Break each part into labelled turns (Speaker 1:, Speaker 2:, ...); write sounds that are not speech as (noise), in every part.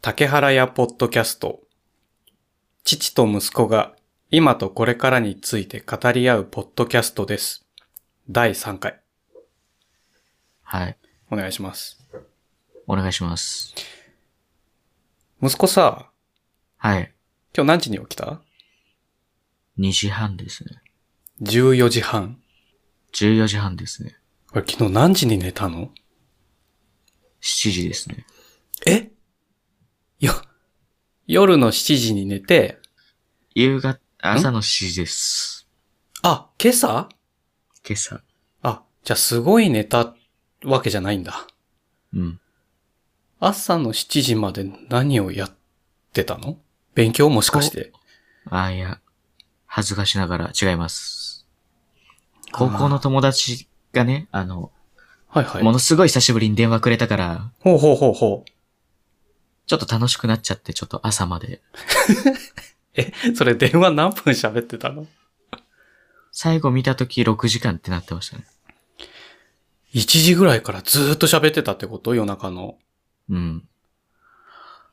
Speaker 1: 竹原屋ポッドキャスト。父と息子が今とこれからについて語り合うポッドキャストです。第3回。
Speaker 2: はい。
Speaker 1: お願いします。
Speaker 2: お願いします。
Speaker 1: 息子さ、
Speaker 2: はい。
Speaker 1: 今日何時に起きた
Speaker 2: 2時半ですね。
Speaker 1: ?14 時半。
Speaker 2: 14時半ですね。
Speaker 1: これ昨日何時に寝たの
Speaker 2: 7時ですね。
Speaker 1: えよ、夜の7時に寝て、
Speaker 2: 夕方、朝の7時です。
Speaker 1: あ、今朝
Speaker 2: 今朝。
Speaker 1: あ、じゃあすごい寝たわけじゃないんだ。
Speaker 2: うん。
Speaker 1: 朝の7時まで何をやってたの勉強もしかして。
Speaker 2: あいや、恥ずかしながら違います。高校の友達がね、あの、
Speaker 1: はいはい。
Speaker 2: ものすごい久しぶりに電話くれたから、
Speaker 1: ほうほうほうほ
Speaker 2: ちょっと楽しくなっちゃって、ちょっと朝まで。
Speaker 1: う。それ電話何分喋ってたの
Speaker 2: 最後見たとき6時間ってなってましたね。
Speaker 1: ?1 時ぐらいからずーっと喋ってたってこと夜中の。
Speaker 2: うん。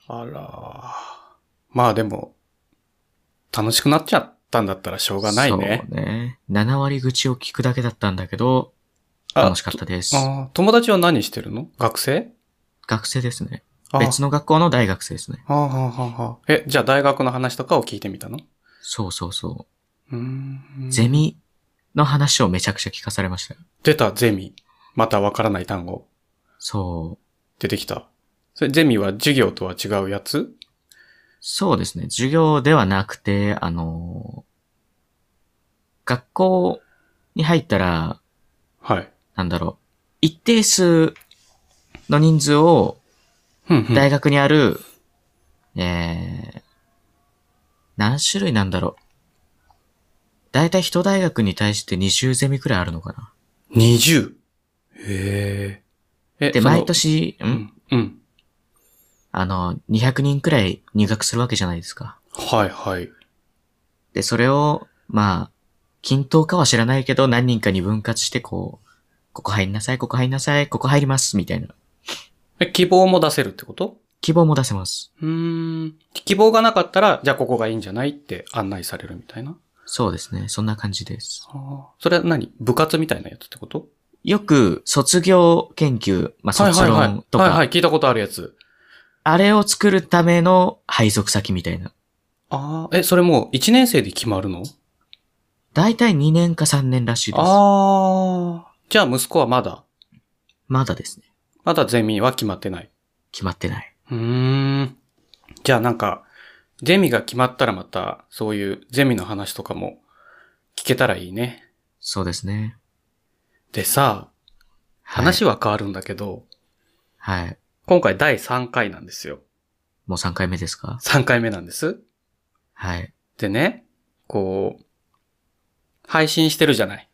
Speaker 1: あらーまあでも、楽しくなっちゃったんだったらしょうがないね。
Speaker 2: そうね。7割口を聞くだけだったんだけど、
Speaker 1: あ
Speaker 2: 楽しかったです。
Speaker 1: あー友達は何してるの学生
Speaker 2: 学生ですね。
Speaker 1: あー
Speaker 2: 別の学校の大学生ですね。
Speaker 1: はあはあはあはあえ、じゃあ大学の話とかを聞いてみたの
Speaker 2: そうそうそう
Speaker 1: ー
Speaker 2: う。
Speaker 1: ん。
Speaker 2: ゼ。ミの話をめちゃくちゃ聞かされましたよ。
Speaker 1: 出た、ゼミ。またわからない単語。
Speaker 2: そう。
Speaker 1: 出てきた。それゼミは授業とは違うやつ
Speaker 2: そうですね。授業ではなくて、あのー学校に入ったら、
Speaker 1: はい。
Speaker 2: なんだろう。一定数の人数を
Speaker 1: ふんふん
Speaker 2: 大学にある、えー、何種類なんだろう。だいたい一大学に対して20ゼミくらいあるのかな。
Speaker 1: 20? へえ。え
Speaker 2: で、
Speaker 1: その
Speaker 2: 毎年、
Speaker 1: うんん。うん。
Speaker 2: あの、200人くらい入学するわけじゃないですか。
Speaker 1: はいはい。
Speaker 2: で、それを、まあ、均等かは知らないけど、何人かに分割して、こう、ここ入んなさい、ここ入んなさい、ここ入ります、みたいな。
Speaker 1: え、希望も出せるってこと
Speaker 2: 希望も出せます。
Speaker 1: うーん。希望がなかったら、じゃあここがいいんじゃないって案内されるみたいな。
Speaker 2: そうですね。そんな感じです。
Speaker 1: あーそれは何部活みたいなやつってこと
Speaker 2: よく、卒業研究、まあ、卒
Speaker 1: はいはいは
Speaker 2: 論
Speaker 1: い。
Speaker 2: と
Speaker 1: はいは
Speaker 2: か、
Speaker 1: い、聞いたことあるやつ。
Speaker 2: あれを作るための配属先みたいな。
Speaker 1: ああ、え、それもう1年生で決まるの
Speaker 2: だいたい2年か3年らしいです。
Speaker 1: ああ。じゃあ息子はまだ、
Speaker 2: まだですね。
Speaker 1: まだゼミは決まってない。
Speaker 2: 決まってない。
Speaker 1: うーん。じゃあなんか、ゼミが決まったらまた、そういうゼミの話とかも聞けたらいいね。
Speaker 2: そうですね。
Speaker 1: でさ、
Speaker 2: はい
Speaker 1: 話は変わるんだけど、
Speaker 2: はい。
Speaker 1: 今回第3回なんですよ。
Speaker 2: もう3回目ですか
Speaker 1: 3回目なんです。
Speaker 2: はい。
Speaker 1: でね、こう、配信してるじゃない。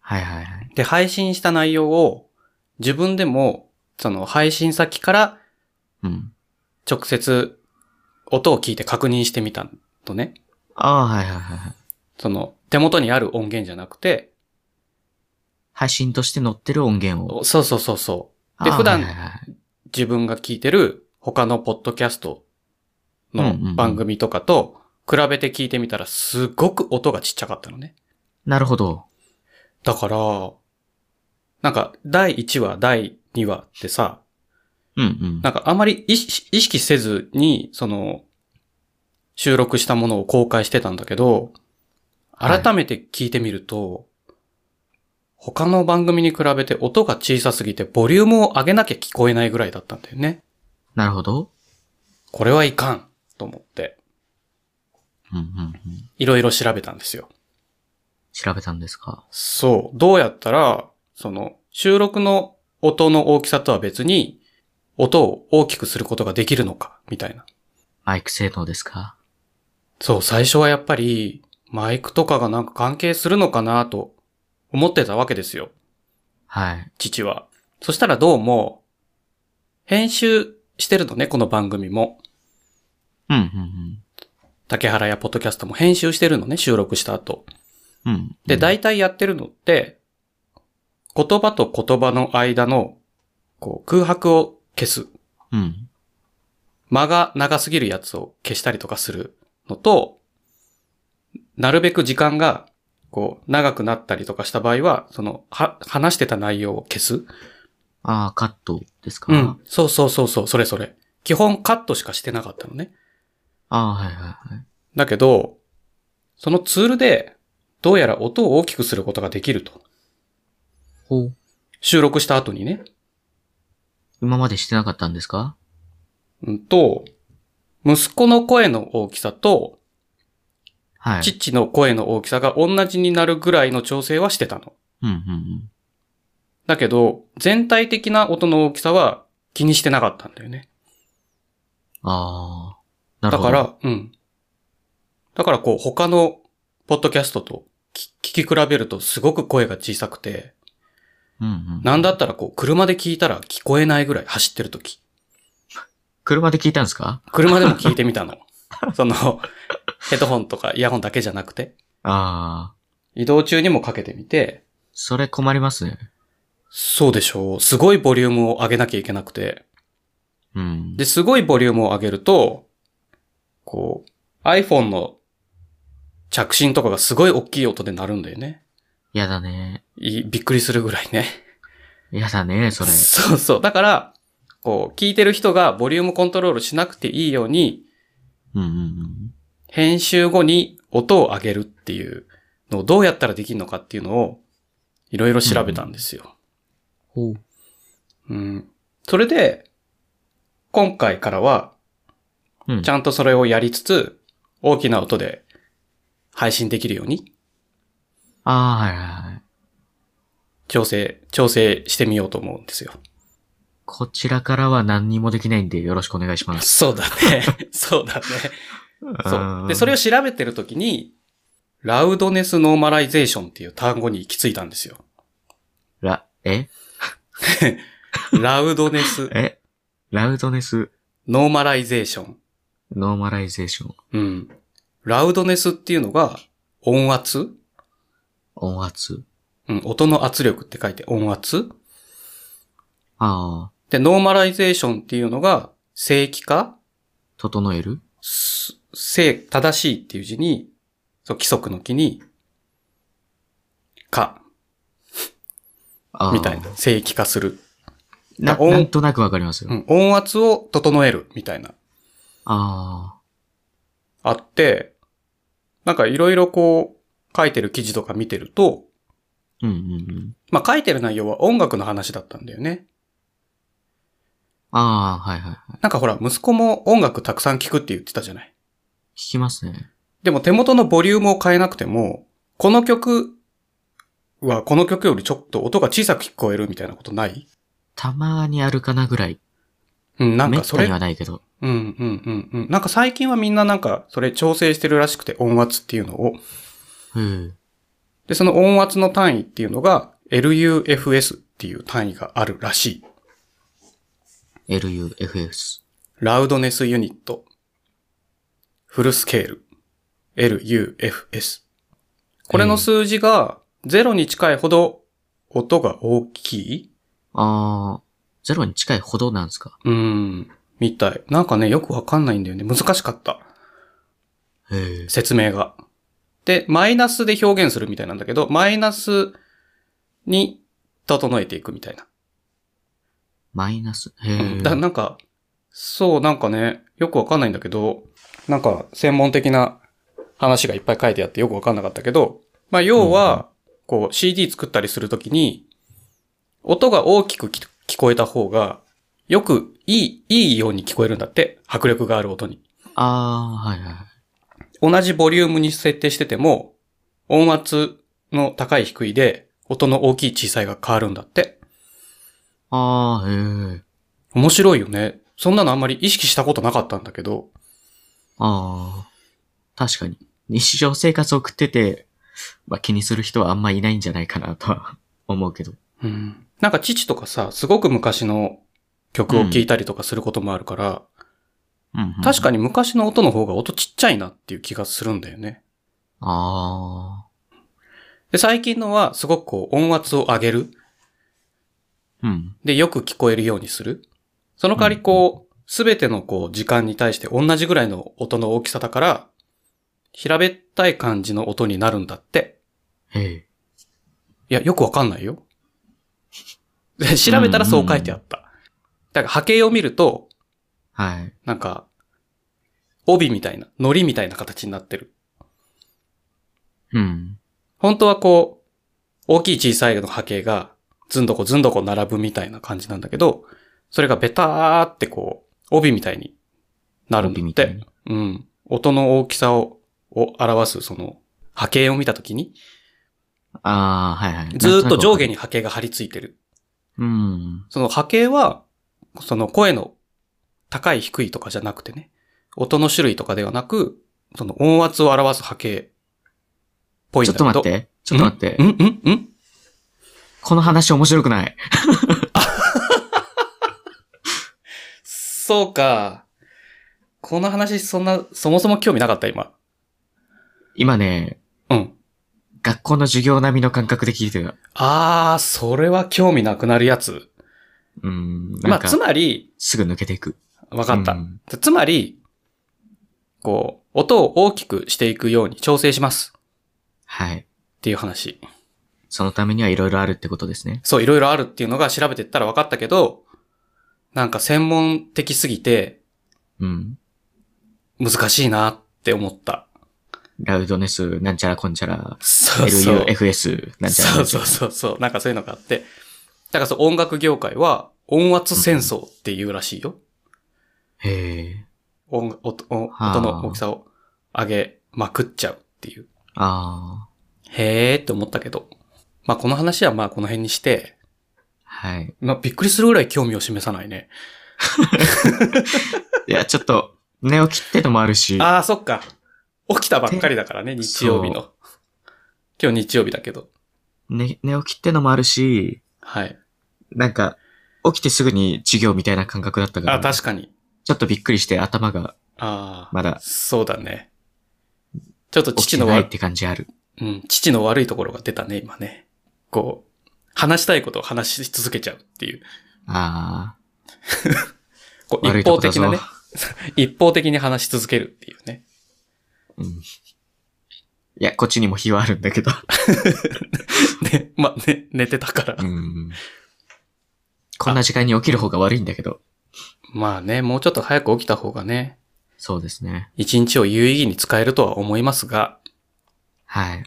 Speaker 2: はいはいはい。
Speaker 1: で、配信した内容を自分でも、その配信先から
Speaker 2: うん。
Speaker 1: 直接音を聞いて確認してみたのね。
Speaker 2: ああ、はいはいはいはい。
Speaker 1: その手元にある音源じゃなくて、
Speaker 2: 配信として載ってる音源を。
Speaker 1: そうそうそうそう。で
Speaker 2: あー
Speaker 1: 普段
Speaker 2: はいはいはい
Speaker 1: 自分が聞いてる他のポッドキャスト
Speaker 2: うんうんう
Speaker 1: の
Speaker 2: ん
Speaker 1: 番組とかと比べて聞いてみたらすごく音がちっちゃかったのね。
Speaker 2: なるほど。
Speaker 1: だから、なんか第1話、第2話ってさ、
Speaker 2: うんうん。
Speaker 1: なんかあまり意識意識せずに、その、収録したものを公開してたんだけど、
Speaker 2: はい
Speaker 1: 改めて聞いてみると、他の番組に比べて音が小さすぎてボリュームを上げなきゃ聞こえないぐらいだったんだよね。
Speaker 2: なるほど。
Speaker 1: これはいかんと思って。
Speaker 2: うんうんうん。
Speaker 1: いろいろ調べたんですよ。
Speaker 2: 調べたんですか
Speaker 1: そう。どうやったら、その、収録の音の大きさとは別に、音を大きくすることができるのか、みたいな。
Speaker 2: マイク性能ですか
Speaker 1: そう、最初はやっぱり、マイクとかがなんか関係するのかなと思ってたわけですよ、
Speaker 2: はい。
Speaker 1: 父は。そしたらどうも、編集してるのね、この番組も。
Speaker 2: うんうん
Speaker 1: 竹原やポッドキャストも編集してるのね、収録した後。
Speaker 2: うん。うん。
Speaker 1: で、
Speaker 2: だい
Speaker 1: 大体やってるのって、言葉と言葉の間の、こう、空白を消す。
Speaker 2: うん。
Speaker 1: 間が長すぎるやつを消したりとかするのと、なるべく時間が、こう、長くなったりとかした場合は、その、は、話してた内容を消す。
Speaker 2: ああ、カットですか、
Speaker 1: うん。そうそうそうそう、それそれ。基本カットしかしてなかったのね。
Speaker 2: ああ、はいはいはい。
Speaker 1: だけど、そのツールで、どうやら音を大きくすることができると。
Speaker 2: ほう。
Speaker 1: 収録した後にね。
Speaker 2: 今までしてなかったんですか
Speaker 1: うんと、息子の声の大きさと、
Speaker 2: はい。
Speaker 1: 父の声の大きさが同じになるぐらいの調整はしてたの。
Speaker 2: うんうんうん。
Speaker 1: だけど、全体的な音の大きさは気にしてなかったんだよね。
Speaker 2: ああ。なる
Speaker 1: だ
Speaker 2: ほど。
Speaker 1: か、ら、うん。だからこう、他のポッドキャストとき聞き比べるとすごく声が小さくて、
Speaker 2: うんうん。
Speaker 1: なんだったらこう、車で聞いたら聞こえないぐらい走ってる時。
Speaker 2: 車で聞いたんですか
Speaker 1: 車でも聞いてみ
Speaker 2: (laughs)
Speaker 1: たの。その、ヘッドホンとかイヤホンだけじゃなくて、
Speaker 2: ああ。
Speaker 1: 移動中にもかけてみて、
Speaker 2: それ困りますね。
Speaker 1: そうでしょう。すごいボリュームを上げなきゃいけなくて。
Speaker 2: うん。
Speaker 1: で、すごいボリュームを上げると、こう、iPhone の着信とかがすごい大きい音で鳴るんだよね。
Speaker 2: やだね。
Speaker 1: いびっくりするぐらいね。
Speaker 2: やだね、そ
Speaker 1: (laughs)
Speaker 2: れ。
Speaker 1: そうそう。だから、こう、聞いてる人がボリュームコントロールしなくていいように、
Speaker 2: うんうんうん。
Speaker 1: 編集後に音を上げるっていうのをどうやったらできるのかっていうのを、いろいろ調べたんですよ。
Speaker 2: ほう。
Speaker 1: うん。それで、今回からは、
Speaker 2: うん。
Speaker 1: ちゃんとそれをやりつつ、大きな音で配信できるように
Speaker 2: ああ、はいはいはい。
Speaker 1: 調整、調整してみようと思うんですよ。
Speaker 2: こちらからは何にもできないんでよろしくお願いします。
Speaker 1: そうだね。 (laughs) そうだね。 (laughs) そう。で、それ
Speaker 2: を、
Speaker 1: を調べてるときに、ラウドネスノーマライゼーションっていう単語に行き着いたん (laughs) ですよ。
Speaker 2: ら、え
Speaker 1: ラウドネス
Speaker 2: えラウドネス、
Speaker 1: ノーマライゼーション。
Speaker 2: ノーマライゼーション、
Speaker 1: うん。ラウドネスっていうのが、音圧
Speaker 2: 音圧。
Speaker 1: うん、音の圧力って書いて音圧
Speaker 2: ああ、
Speaker 1: で、ノーマライゼーションっていうのが、正規化
Speaker 2: 整える
Speaker 1: す正、正しいっていう字に、そう、規則の木に、か、
Speaker 2: ああ。
Speaker 1: みたいな。正規化する。
Speaker 2: な。
Speaker 1: 音
Speaker 2: なんとなくわかりますよ。
Speaker 1: うん。音圧を整える、みたいな。
Speaker 2: あ
Speaker 1: あって、なんかいろいろこう、書いてる記事とか見てると、
Speaker 2: あ、うんうんうん。
Speaker 1: まあ、書いてる内容は音楽の話だったんだよね。
Speaker 2: ああ、はいはいはい。
Speaker 1: なんかほら、息子も音楽たくさん聞くって言ってたじゃない。
Speaker 2: 聞きますね。
Speaker 1: でも手元のボリュームを変えなくても、この曲はこの曲よりちょっと音が小さく聞こえるみたいなことない
Speaker 2: たまにあるかなぐらい。
Speaker 1: うん、なん
Speaker 2: めっ
Speaker 1: かそ
Speaker 2: た
Speaker 1: れ
Speaker 2: にはないけど。
Speaker 1: うんうんうんうん。なんか最近はみんななんかそれ調整してるらしくて音圧っていうのを。
Speaker 2: うん。
Speaker 1: で、その音圧の単位っていうのが LUFS っていう単位があるらしい。
Speaker 2: LUFS。
Speaker 1: ラウドネスユニット。フルスケール。LUFS。これの数字が0に近いほど音が大きい
Speaker 2: ああ、ゼロに近いほどなんですか。
Speaker 1: うん。みたい。なんかね、よくわかんないんだよね。難しかった。
Speaker 2: へえ。
Speaker 1: 説明が。で、マイナスで表現するみたいなんだけど、マイナスに整えていくみたいな。
Speaker 2: マイナス。へ
Speaker 1: うん
Speaker 2: え。
Speaker 1: だなんか、そう、なんかね、よくわかんないんだけど、なんか専門的な話がいっぱい書いてあってよくわかんなかったけど、まあ要は、こう CD 作ったりするときに、音が大きくき聞こえた方が、よくいい、いいように聞こえるんだって。迫力がある音に。
Speaker 2: ああ、はいはい。
Speaker 1: 同じボリュームに設定してても、音圧の高い低いで、音の大きい小さいが変わるんだって。
Speaker 2: ああ、へえ。
Speaker 1: 面白いよね。そんなのあんまり意識したことなかったんだけど。
Speaker 2: ああ。確かに。日常生活を送ってて、まあ、気にする人はあんまいないんじゃないかなとは思うけど。
Speaker 1: うん。なんか父とかさ、すごく昔の曲を聴いたりとかすることもあるから、
Speaker 2: うん
Speaker 1: 確
Speaker 2: に。
Speaker 1: かに昔の音の方が音ちっちゃいなっていう気がするんだよね。
Speaker 2: ああ。
Speaker 1: で、最近のはすごくこう音圧を上げる。
Speaker 2: うん。
Speaker 1: で、よく聞こえるようにする。その代わりこう、すべてのこう時間に対して同じぐらいの音の大きさだから、平べったい感じの音になるんだって。
Speaker 2: へえ。
Speaker 1: いや、よくわかんないよ。 (laughs) で調べたらそう書いてあった。だから波形を見ると、
Speaker 2: はい。
Speaker 1: なんか、帯みたいな、糊みたいな形になってる。
Speaker 2: うん。
Speaker 1: 本当はこう、大きい小さいの波形が、ずんどこずんどこ並ぶみたいな感じなんだけど、それがベターってこう、帯みたいになるんだ
Speaker 2: 帯
Speaker 1: っ
Speaker 2: みたい
Speaker 1: て。
Speaker 2: に。
Speaker 1: うん。音の大きさを、を表す、その、波形を見たときに、
Speaker 2: ああ、はいはい。
Speaker 1: ずーっと上下
Speaker 2: に。
Speaker 1: に波形が張り付いてる。
Speaker 2: うん。
Speaker 1: その波形は、その声の高い低いとかじゃなくてね、音の種類とかではなく、その音圧を表す波形っぽいん
Speaker 2: ちょ
Speaker 1: だ
Speaker 2: っ
Speaker 1: けど
Speaker 2: と。待って。ちょっと待って
Speaker 1: ん。んん
Speaker 2: この話面白くない。
Speaker 1: そうか。この話そんな、そもそも興味なかった今。
Speaker 2: 今ね、
Speaker 1: うん。
Speaker 2: 学校の授業並みの感覚で聞いてる。
Speaker 1: あー、それは興味なくなるやつ。
Speaker 2: うん。な
Speaker 1: ま
Speaker 2: ん
Speaker 1: あ、
Speaker 2: か
Speaker 1: つ、まり、
Speaker 2: すぐ抜けていく。
Speaker 1: わかった。
Speaker 2: うん
Speaker 1: つまり、こう、音を大きくしていくように調整します
Speaker 2: はい。
Speaker 1: っていう話。
Speaker 2: そのためにはいろいろあるってことですね。
Speaker 1: そう、いろいろあるっていうのが調べてったら分かったけど、なんか専門的すぎて
Speaker 2: うん。
Speaker 1: 難しいなって思った。
Speaker 2: ラウドネス、なんちゃらこんちゃら、
Speaker 1: そうそう。
Speaker 2: LUFS、なんちゃら
Speaker 1: そ
Speaker 2: なん
Speaker 1: う
Speaker 2: ち
Speaker 1: そう
Speaker 2: ゃら。
Speaker 1: そうそう。なんかそういうのがあって。だからそう、音楽業界は音圧戦争っていうらしいよ。
Speaker 2: へえ。
Speaker 1: 音、音音
Speaker 2: はあ
Speaker 1: 音の大きさを上げまくっちゃうっていう。
Speaker 2: ああ。
Speaker 1: へーって思ったけど。まあこの話はまあこの辺にして、
Speaker 2: はい。
Speaker 1: まあびっくりするぐらい興味を示さないね。
Speaker 2: いや、ちょっと、寝起きってのもあるし。
Speaker 1: ああ、そっか。起きたばっかりだからね、日曜日の。今日日曜日だけど。
Speaker 2: ね、寝起きってのもあるし、
Speaker 1: はい。
Speaker 2: なんか、起きてすぐに授業みたいな感覚だったから、
Speaker 1: あ、確かに。
Speaker 2: ちょっとびっくりして頭が
Speaker 1: ああ、
Speaker 2: まだ
Speaker 1: そうだね。ちょっと
Speaker 2: 起き
Speaker 1: 父
Speaker 2: て
Speaker 1: の
Speaker 2: ないっ
Speaker 1: わ、
Speaker 2: て感じある。
Speaker 1: うん、父の悪いところが出たね、今ね。こう、話したいことを話し続けちゃうっていう。
Speaker 2: あ
Speaker 1: こ
Speaker 2: あ、
Speaker 1: う
Speaker 2: 悪い
Speaker 1: 一
Speaker 2: と
Speaker 1: 方
Speaker 2: こだ
Speaker 1: 的
Speaker 2: ぞ。
Speaker 1: なね。一方的に話し続けるっていうね。 (laughs)
Speaker 2: うん。いや、こっちにも火はあるんだ
Speaker 1: (laughs)
Speaker 2: けど。
Speaker 1: ね、ま、ね、寝てたから
Speaker 2: う。ん。こんな時間に起きる方が悪いんだけど。
Speaker 1: まあね、もうちょっと早く起きた方がね、
Speaker 2: そうですね。
Speaker 1: 一日を有意義に使えるとは思いますが、
Speaker 2: はい。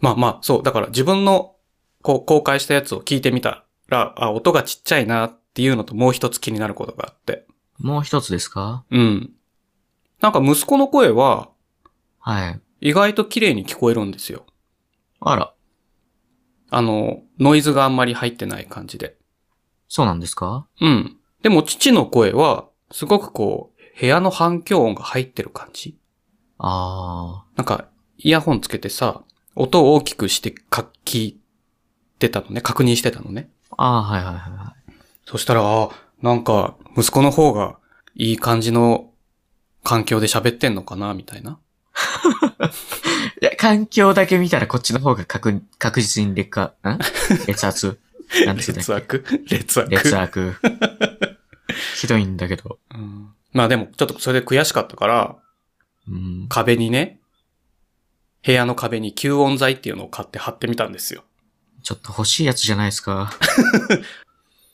Speaker 1: まあまあ、そう。だから自分の、こう、公開したやつを聞いてみたら、あ、音がちっちゃいなっていうのともう一つ気になることがあって。
Speaker 2: もう一つですか
Speaker 1: うん。なんか息子の声は、
Speaker 2: はい。
Speaker 1: 意外と綺麗に聞こえるんですよ。
Speaker 2: あら、
Speaker 1: あの、ノイズがあんまり入ってない感じで。
Speaker 2: そうなんですか
Speaker 1: うん。でも父の声は、すごくこう、部屋の反響音が入ってる感じ。
Speaker 2: あ
Speaker 1: なんか、イヤホンつけてさ、音を大きくしてか、聞いてたのね、確認してたのね。
Speaker 2: あ。ああ、はいはいはいはい。
Speaker 1: そしたら、あなんか、息子の方がいい感じの環境で喋ってんのかな、みたいな。
Speaker 2: いや、環境だけ見たらこっちの方が確、確実に劣化、
Speaker 1: (laughs)
Speaker 2: ん劣圧なんつうんだっけ
Speaker 1: 劣悪劣悪
Speaker 2: 劣悪。ひどいんだけど。
Speaker 1: うんまあでも、ちょっとそれで悔しかったから、
Speaker 2: うん。
Speaker 1: 壁にね、部屋の壁に吸音材っていうのを買って貼ってみたんですよ。
Speaker 2: ちょっと欲しいやつじゃないで
Speaker 1: (laughs)
Speaker 2: すか。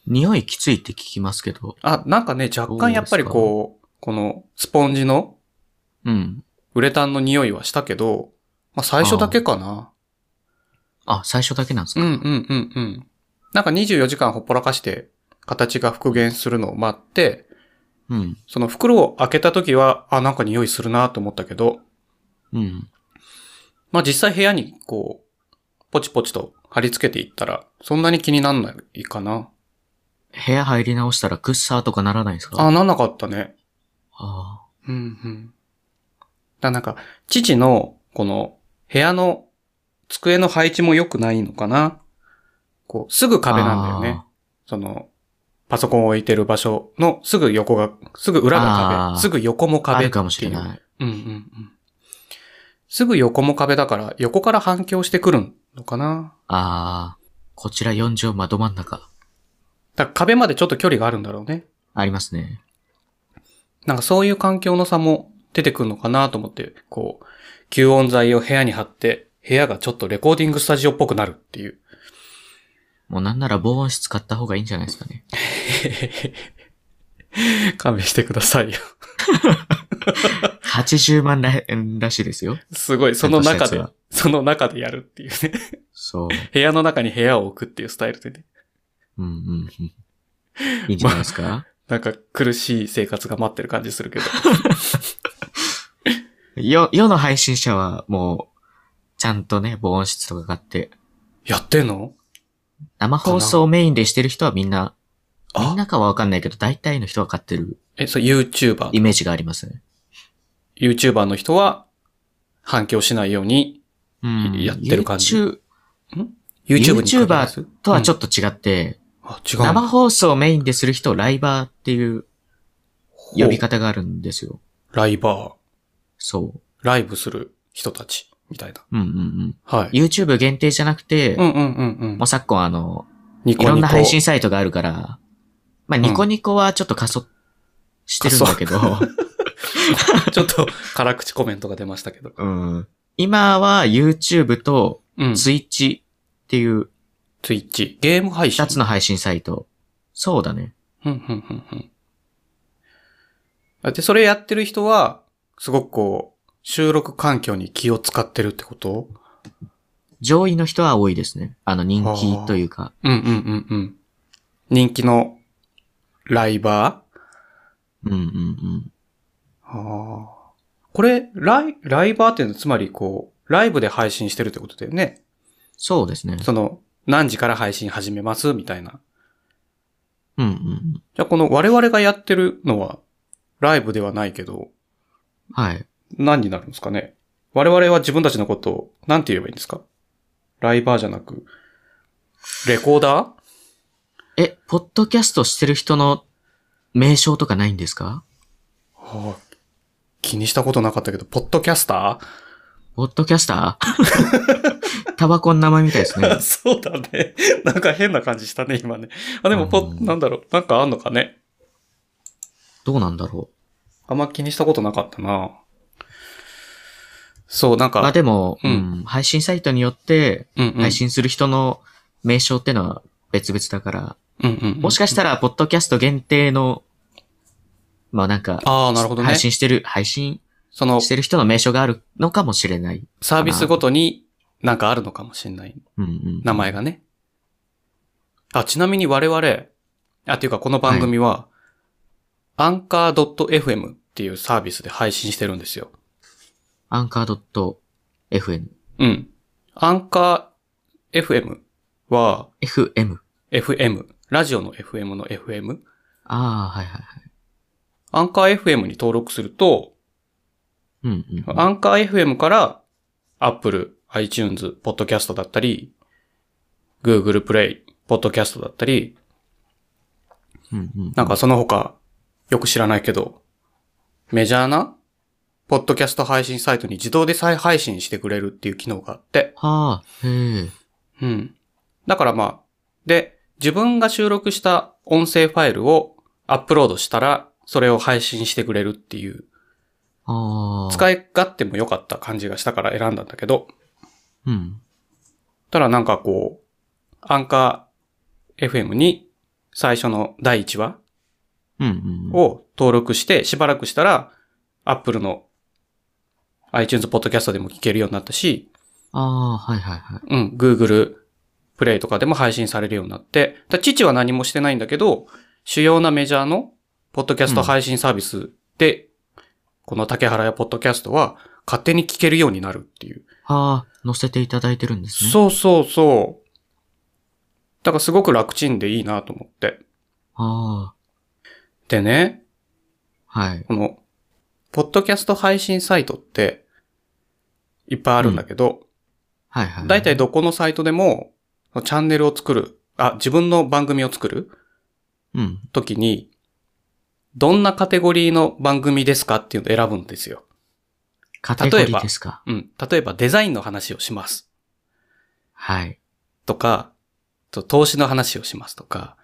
Speaker 2: 匂いきついって聞きますけど。
Speaker 1: あ、なんかね、若
Speaker 2: どう
Speaker 1: 干
Speaker 2: ですか
Speaker 1: やっぱりこう、このスポンジの
Speaker 2: うん。
Speaker 1: ウレタンの匂いはしたけど、まあ最初だけかな。
Speaker 2: あ、最初だけなんです
Speaker 1: うん
Speaker 2: か、
Speaker 1: うんうんうん。なんか24時間ほっぽらかして、形が復元するのを待って、
Speaker 2: うん、
Speaker 1: その袋を開けた時は、あ、なんか匂いするなと思ったけど、
Speaker 2: うん。
Speaker 1: まあ実際部屋にこう、ポチポチと貼り付けていったら、そんなに気になんないかな。
Speaker 2: 部屋入り直したらクッサーとかならないんですか
Speaker 1: あ、なんなかったね。
Speaker 2: あ
Speaker 1: うんうん。だなんか、父の、この、部屋の、机の配置も良くないのかな。こう、すぐ
Speaker 2: ー
Speaker 1: 壁なんだよね。。その、パソコンを置いてる場所のすぐ横が、すぐ裏が
Speaker 2: あー
Speaker 1: 壁、すぐ横も
Speaker 2: あーあ
Speaker 1: 壁っていう。
Speaker 2: るかもしれない。
Speaker 1: うんうんうん。すぐ横も壁だから、横から反響してくるのかな。
Speaker 2: ああ。こちら4畳窓真ん中。
Speaker 1: だから壁までちょっと距離があるんだろうね。
Speaker 2: ありますね。
Speaker 1: なんかそういう環境の差も出てくるのかなと思って、こう、吸音材を部屋に貼って、部屋がちょっとレコーディングスタジオっぽくなるっていう。 (laughs)
Speaker 2: もうなんなら防音室買った方がいいんじゃないですかね。
Speaker 1: 勘弁してくださいよ。
Speaker 2: 80万ららしいですよ。
Speaker 1: すごい、その中で
Speaker 2: ちゃんとしたやつは、
Speaker 1: その中でやるっていうね。
Speaker 2: そう。
Speaker 1: 部屋の中に部屋を置くっていうスタイルでね。
Speaker 2: うんうんうん。いいんじゃないですか、
Speaker 1: なんか苦しい生活が待ってる感じするけど。
Speaker 2: よ、世の配信者はもう、ちゃんとね、防音室とか買って、
Speaker 1: やってんの
Speaker 2: 生放送をメインでしてる人はみんな、みん
Speaker 1: あ
Speaker 2: なかはわかんないけど、大体の人は買ってる
Speaker 1: え、そう、YouTuber
Speaker 2: イ。メージがありますね。
Speaker 1: YouTuber の人は反響しないように、
Speaker 2: うん。
Speaker 1: やってる感じ
Speaker 2: YouTube
Speaker 1: YouTube に限らず。
Speaker 2: とはちょ
Speaker 1: っ
Speaker 2: っと違って、
Speaker 1: と、あ、違う
Speaker 2: 生
Speaker 1: の。
Speaker 2: 放送をメインで生でする人をライバーっていう呼び方があるんですよ。
Speaker 1: ライバ
Speaker 2: そ
Speaker 1: ー、ライブする人たち、みたいな。
Speaker 2: う。うんうんうん。
Speaker 1: はい。
Speaker 2: YouTube 限定じゃなくて、
Speaker 1: うんうんうんうん
Speaker 2: もう。昨今あの、
Speaker 1: ニ
Speaker 2: いろんな配信サイトがあるから、まあ、ニコニコはちょっと仮想してるんだけど、
Speaker 1: (laughs) ちょっと辛口コメントが出ましたけど。
Speaker 2: (laughs) うん、今は YouTube と
Speaker 1: うん。
Speaker 2: Twitch っていう
Speaker 1: ツイッチ。ゲーム配信。
Speaker 2: 二つの配信サイト。そうだね。
Speaker 1: うん、うん、うん、うん。だってそれやってる人は、すごくこう、収録環境に気を使ってるってこと
Speaker 2: 上位の人は多いですね。あの人気というか。
Speaker 1: うん、うん、うん、うん。人気のライバー
Speaker 2: うんうんうん。
Speaker 1: ああ。これ、ライ、ライバーっていうのはつまりこう、ライブで配信してるってことだよね。
Speaker 2: そうですね。
Speaker 1: その、何時から配信始めますみたいな。
Speaker 2: うんうんうん。
Speaker 1: じゃあこの我々がやってるのは、ライブではないけど、
Speaker 2: はい。
Speaker 1: 何になるんですかね我々は自分たちのことを、なんて言えばいいんですかライバーじゃなく、レコーダー
Speaker 2: え、ポッドキャストしてる人の名称とかないんですか
Speaker 1: はあ、気にしたことなかったけど、ポッドキャスタ
Speaker 2: ポッドキャスター (laughs) タバコの名前みたいですね
Speaker 1: ー。 (laughs) そうだね。なんか変な感じしたね、今ね。あ、でも、ポ
Speaker 2: う
Speaker 1: ッ、
Speaker 2: ん
Speaker 1: なんだろう、なんかあんのかね
Speaker 2: どうなんだろ
Speaker 1: あんま気にしたことなかったな。そう、なん
Speaker 2: う。まあ
Speaker 1: か、
Speaker 2: でも、
Speaker 1: うん
Speaker 2: うん、配信サイトによって、
Speaker 1: うんうん
Speaker 2: 配信する人の名称ってのは別々だから、
Speaker 1: うんうんうん
Speaker 2: もしかしたら、ポッドキャスト限定の、まあなんか、
Speaker 1: ああ、なるほどね
Speaker 2: 配。信してる、配信
Speaker 1: その
Speaker 2: し、てる人の名称があるのかもしれない。
Speaker 1: サービスごとになんかあるのかもしれない。
Speaker 2: うんうん。
Speaker 1: 名前がね。あ、ちなみに我々、あ、っていうかこの番組は、アンカー .fm っていうサービスで配信してるんですよ。
Speaker 2: アンカー .fm。
Speaker 1: うん。アンカー fm は、
Speaker 2: fm。
Speaker 1: fm、ラジオの fm の fm。
Speaker 2: ああ、はいはいはい。
Speaker 1: アンカー fm に登録すると、
Speaker 2: うんうんうん。
Speaker 1: アンカー fm から、Apple、iTunes、Podcast だったり、Google Play、Podcast だったり、
Speaker 2: うんうん。
Speaker 1: なんかその他、よく知らないけど、メジャーな、ポッドキャスト配信サイトに自動で再配信してくれるっていう機能があって、
Speaker 2: はあ、へえ。
Speaker 1: うん。だからまあ、で、自分が収録した音声ファイルをアップロードしたら、それを配信してくれるっていう、
Speaker 2: ああ。い、
Speaker 1: 使い勝手も良かった感じがしたから選んだんだけど、
Speaker 2: うん。
Speaker 1: ただなんかこう、アンカー FM に最初の第1話
Speaker 2: うんうんうん。
Speaker 1: を登録して、しばらくしたら、Apple の iTunes ポッドキャストでも聞けるようになったし、
Speaker 2: ああ、はいはいはい。
Speaker 1: うん、Google プレイとかでも配信されるようになって、だ父は何もしてないんだけど、主要なメジャーのポッドキャスト配信サービスで、この竹原やポッドキャストは勝手に聞けるようになるっていう。
Speaker 2: はあ、載せていただいてるんですね。う。
Speaker 1: そうそうそう。だからすごく楽ちんでいいなと思って。
Speaker 2: あ
Speaker 1: でね、
Speaker 2: あ、はい。
Speaker 1: この、ポッドキャスト配信サイトって、いっぱいあるんだけど、
Speaker 2: はいはい。
Speaker 1: 大体どこのサイトでも、チャンネルを作る、あ、自分の番組を作る
Speaker 2: うん。
Speaker 1: ときに、どんなカテゴリーの番組ですかっていうのを選ぶんですよ。
Speaker 2: カテゴリーですか。
Speaker 1: うん。例えばデザインの話をします
Speaker 2: はい。
Speaker 1: とか、と投資の話をしますとか、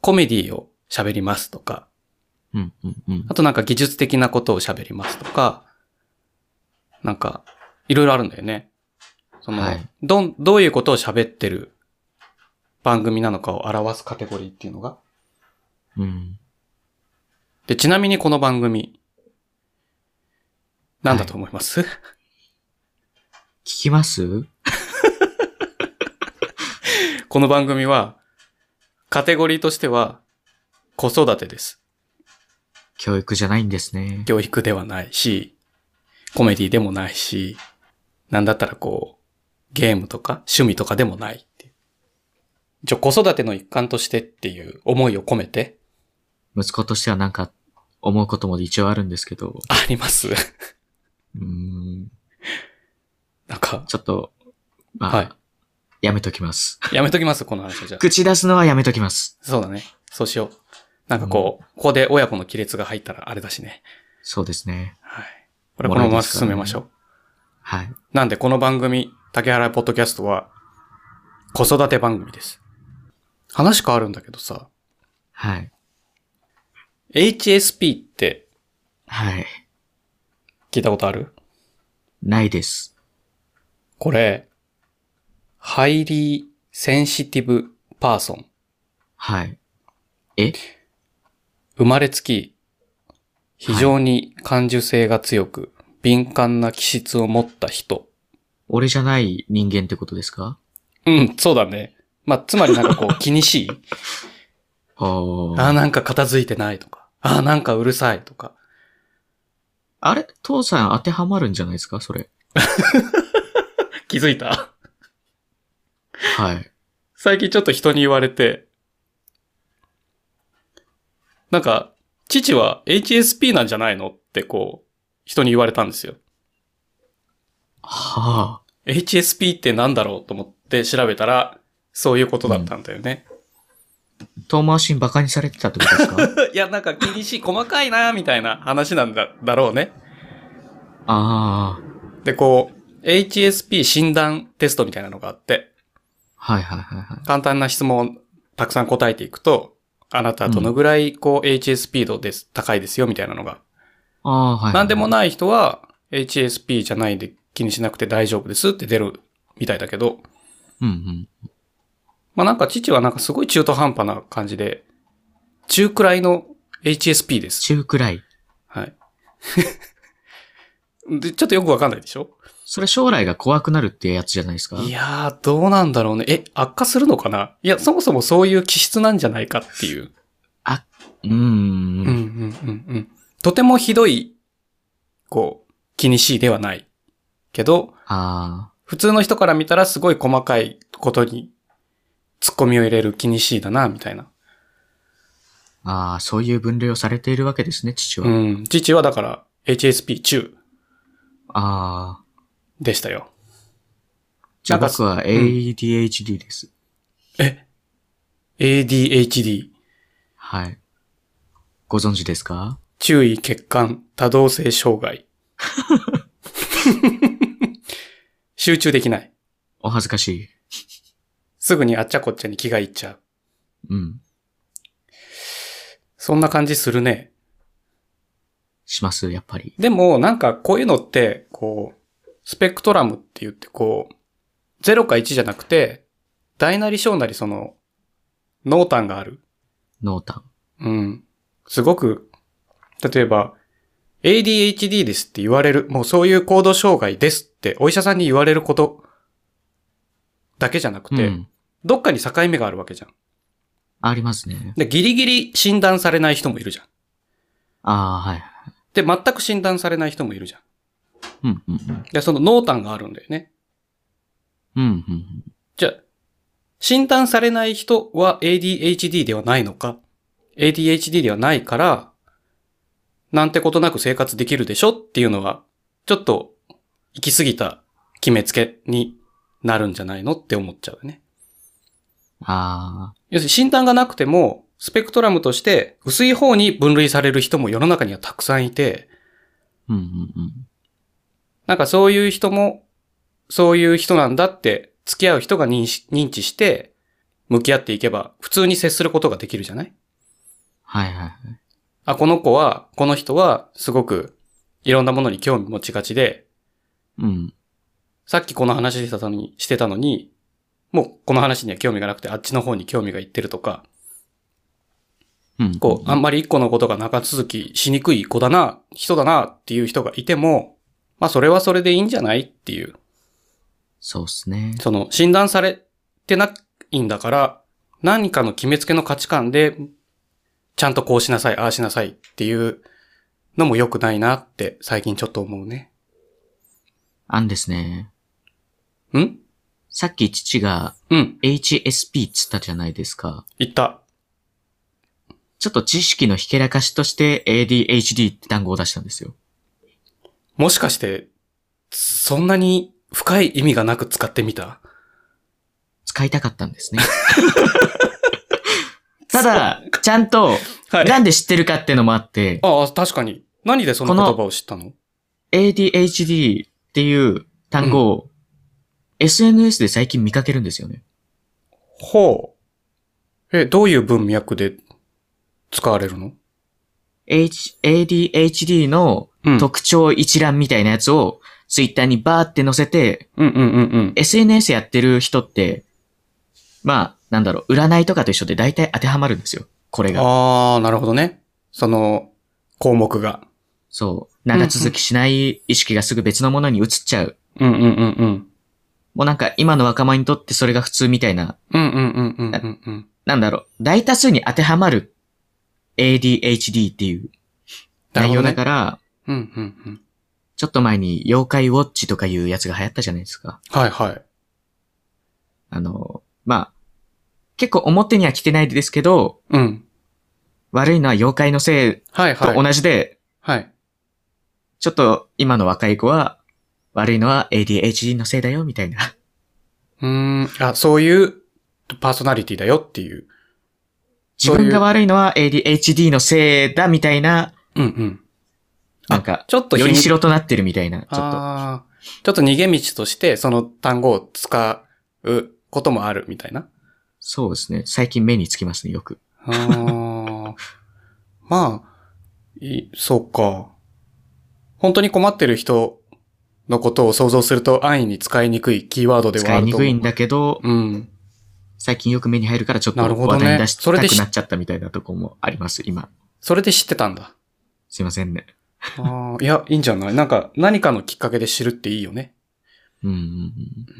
Speaker 1: コメディを喋りますとか、
Speaker 2: うん、うん、うん
Speaker 1: あ。となんか技術的なことを喋りますとか、なんか、いろいろあるんだよね。その、
Speaker 2: はい
Speaker 1: どん、どういうことを喋ってる番組なのかを表すカテゴリーっていうのが。
Speaker 2: うん。
Speaker 1: で、ちなみにこの番組、なんだと思います、 (laughs)
Speaker 2: 聞きます
Speaker 1: この番組は、カテゴリーとしては、子育てです。
Speaker 2: 教育じゃないんですね。
Speaker 1: 教育ではないし、コメディでもないし、なんだったらこう、ゲームとか趣味とかでもないっていう。一応子育ての一環としてっていう思いを込めて、
Speaker 2: 息子としてはなんか、思うことも一応あるんですけど、
Speaker 1: あります。 (laughs)
Speaker 2: うーん、
Speaker 1: なんか、
Speaker 2: ちょっと、まあ、
Speaker 1: はい。
Speaker 2: やめときます。
Speaker 1: やめときます、この話はじゃあ。
Speaker 2: 口出すのはやめときます。
Speaker 1: そうだね。そうしよう。なんかこう、ここで親子の亀裂が入ったらあれだしね。
Speaker 2: そうですね。
Speaker 1: はい。これこのまま進めましょう。
Speaker 2: はい。
Speaker 1: なんでこの番組、竹原ポッドキャストは、子育て番組です。話変わるんだけどさ、
Speaker 2: はい。
Speaker 1: HSP って
Speaker 2: はい。
Speaker 1: 聞いたことある
Speaker 2: ないです。
Speaker 1: これ、ハイリーセンシティブパーソン。
Speaker 2: はい。
Speaker 1: 生まれつき、非常に感受性が強く、敏感な気質を持った人。
Speaker 2: 俺じゃない人間ってことですか
Speaker 1: うん、そうだね。まあ、つまりなんかこう気にしい。
Speaker 2: お
Speaker 1: ああ、
Speaker 2: あ
Speaker 1: なんか片付いてないとか。ああ、なんかうるさいとか。
Speaker 2: あれ父さん当てはまるんじゃないですかそれ。
Speaker 1: 気づいた
Speaker 2: はい。
Speaker 1: 最近ちょっと人に言われて、なんか、父は HSP なんじゃないのってこう、人に言われたんですよ。
Speaker 2: はあ。
Speaker 1: HSP ってなんだろうと思って調べたら、そういうことだったんだよね。
Speaker 2: 遠回しに馬鹿にされてたってことです
Speaker 1: (laughs)
Speaker 2: か
Speaker 1: (laughs) いや、なんか厳しい、細かいな、みたいな話なんだ、だろうね。
Speaker 2: ああ。
Speaker 1: で、こう、HSP 診断テストみたいなのがあって、
Speaker 2: はいはいはいはい。
Speaker 1: 簡単な質問をたくさん答えていくと、あなたどのぐらい、こう、HSP 度です、高いですよ、みたいなのが。
Speaker 2: ああ、はいはい、
Speaker 1: なんでもない人は、HSP じゃないんで気にしなくて大丈夫ですって出るみたいだけど、
Speaker 2: うんうん。
Speaker 1: まあなんか父はなんかすごい中途半端な感じで、中くらいの HSP です。
Speaker 2: 中くらい。
Speaker 1: はい。 (laughs) で、ちょっとよくわかんないでしょ
Speaker 2: それ将来が怖くなるってやつじゃないですか
Speaker 1: いやー、どうなんだろうね。え、悪化するのかないや、そもそもそういう気質なんじゃないかっていう。
Speaker 2: うーん
Speaker 1: うんうんうんうん。とてもひどい、こう、気にしいではない。けど、
Speaker 2: ああ。
Speaker 1: 普通の人から見たらすごい細かいことに、突っ込みを入れる気にしいだな、みたいな。
Speaker 2: ああ、そういう分類をされているわけですね、父は。
Speaker 1: うん。父はだから、HSP 中
Speaker 2: ああ。
Speaker 1: でしたよ。
Speaker 2: じゃあ
Speaker 1: なんかす
Speaker 2: 僕は ADHD です。
Speaker 1: え ?ADHD。
Speaker 2: はい。ご存知ですか
Speaker 1: 注意欠陥多動性障害。集中できない。
Speaker 2: お恥ずかしい。
Speaker 1: すぐにあっちゃこっちゃに気がいっちゃう。
Speaker 2: うん。
Speaker 1: そんな感じするね。
Speaker 2: します、やっぱり。
Speaker 1: でも、なんかこういうのって、こう、スペクトラムって言ってこう、0か1じゃなくて、大なり小なりその、濃淡がある。
Speaker 2: 濃淡。
Speaker 1: うん。すごく、例えば、ADHD ですって言われる、もうそういう行動障害ですってお医者さんに言われることだけじゃなくて、
Speaker 2: うん。
Speaker 1: どっかに境目があるわけじゃん。
Speaker 2: ありますね。
Speaker 1: で、ギリギリ診断されない人もいるじゃん。
Speaker 2: ああ、はい。
Speaker 1: で、全く診断されない人もいるじゃん。
Speaker 2: うん、うん、うん。
Speaker 1: で、その濃淡があるんだよね。
Speaker 2: うん、うんうん。
Speaker 1: じゃあ、診断されない人は ADHD ではないのか ?ADHD ではないから、なんてことなく生活できるでしょっていうのは、ちょっと行き過ぎた決めつけになるんじゃないのって思っちゃうね。
Speaker 2: ああ。
Speaker 1: 要するに診断がなくても、スペクトラムとして薄い方に分類される人も世の中にはたくさんいて、
Speaker 2: うん、うん、うん。
Speaker 1: なんかそういう人も、そういう人なんだって付き合う人が認識認知して、向き合っていけば普通に接することができるじゃない
Speaker 2: はい、はいはい。
Speaker 1: あ、この子は、この人は、すごく、いろんなものに興味持ちがちで、
Speaker 2: うん。
Speaker 1: さっきこの話してたのに、してたのに、もうこの話には興味がなくて、あっちの方に興味がいってるとか、
Speaker 2: うん。
Speaker 1: こう、あん
Speaker 2: ま。
Speaker 1: まり一個のことが長続きしにくい子だな、人だなっていう人がいても、まあそれはそれでいいんじゃないっていう。
Speaker 2: そうっすね。
Speaker 1: その、診断されてないんだから、何かの決めつけの価値観で、ちゃんとこうしなさい、ああしなさいっていうのも良くないなって最近ちょっと思うね。
Speaker 2: あんですね。
Speaker 1: ん
Speaker 2: さっき父が
Speaker 1: うん、
Speaker 2: HSP っつったじゃないですか。
Speaker 1: 言った。
Speaker 2: ちょっと知識のひけらかしとして ADHD って単語を出したんですよ。
Speaker 1: もしかして、そんなに深い意味がなく使ってみた
Speaker 2: 使いたかった
Speaker 1: (laughs)
Speaker 2: んですね。ただ、ちゃんと、
Speaker 1: は
Speaker 2: なんで知ってるかってのもあって、
Speaker 1: ああ、確かに。何でその言葉を知ったの
Speaker 2: ADHD っていう単語を SNS で最近見かけるんですよね。
Speaker 1: ほう。え、どういう文脈で使われるの
Speaker 2: H- ADHD の
Speaker 1: うん
Speaker 2: 特徴一覧みたいなやつを Twitter にバーって載せて、
Speaker 1: うんうんうんうん。
Speaker 2: SNS やってる人って、まあ、なんだろう、占いとかと一緒で大体当てはまるんですよ。これが。
Speaker 1: ああ、なるほどね。その、項目が。
Speaker 2: そう。長続きしない意識がすぐ別のものに移っちゃう。
Speaker 1: うんうんうんうん。
Speaker 2: もうなんか今の若者にとってそれが普通みたいな、
Speaker 1: うんうんうんうんうんうん。
Speaker 2: なんだろう、大多数に当てはまる ADHD っていう
Speaker 1: なる
Speaker 2: 内
Speaker 1: ほ
Speaker 2: 容
Speaker 1: ど
Speaker 2: だ
Speaker 1: ね。
Speaker 2: から、
Speaker 1: うんうんうん。
Speaker 2: ちょっと前に妖怪ウォッチとかいうやつが流行ったじゃないですか。
Speaker 1: はいはい。
Speaker 2: あの、まあ、結構表には来てないですけど、
Speaker 1: うん。
Speaker 2: 悪いのは妖怪のせ
Speaker 1: はい
Speaker 2: いと
Speaker 1: はい。
Speaker 2: 同じで、
Speaker 1: はい。
Speaker 2: ちょっと今の若い子は、悪いのは ADHD のせいだよ、みたいな。
Speaker 1: うーん。あ、そういうパーソナリティだよっていう。そう
Speaker 2: 自
Speaker 1: いう
Speaker 2: 分が悪いのは ADHD のせいだ、みたいな、
Speaker 1: うんうん。
Speaker 2: なんか、
Speaker 1: ちょっと
Speaker 2: より
Speaker 1: ちょっ
Speaker 2: 白となってるみたいな、ちょっ
Speaker 1: と。
Speaker 2: と。
Speaker 1: あーちょっと逃げ道として、その単語を使うこともあるみたいな。
Speaker 2: そうですね。最近目につきますね、よく。
Speaker 1: あ
Speaker 2: (laughs)
Speaker 1: ーまあ、い、そうか。本当に困ってる人のことを想像すると安易に使いにくいキーワードでは
Speaker 2: 使
Speaker 1: あ
Speaker 2: い
Speaker 1: る
Speaker 2: に
Speaker 1: と思う。
Speaker 2: くいんだけど、
Speaker 1: うん。
Speaker 2: 最近よく目に入るからちょっと
Speaker 1: なるほど
Speaker 2: 話
Speaker 1: ね
Speaker 2: 題に出し
Speaker 1: そ
Speaker 2: た
Speaker 1: れで
Speaker 2: く
Speaker 1: し
Speaker 2: なっちゃったみたいなとこもあります、今。
Speaker 1: それで知ってたんだ。
Speaker 2: すいませんね。
Speaker 1: ああ、いや、いいんじゃないなんか、何かのきっかけで知るっていいよね。
Speaker 2: うんうんうん。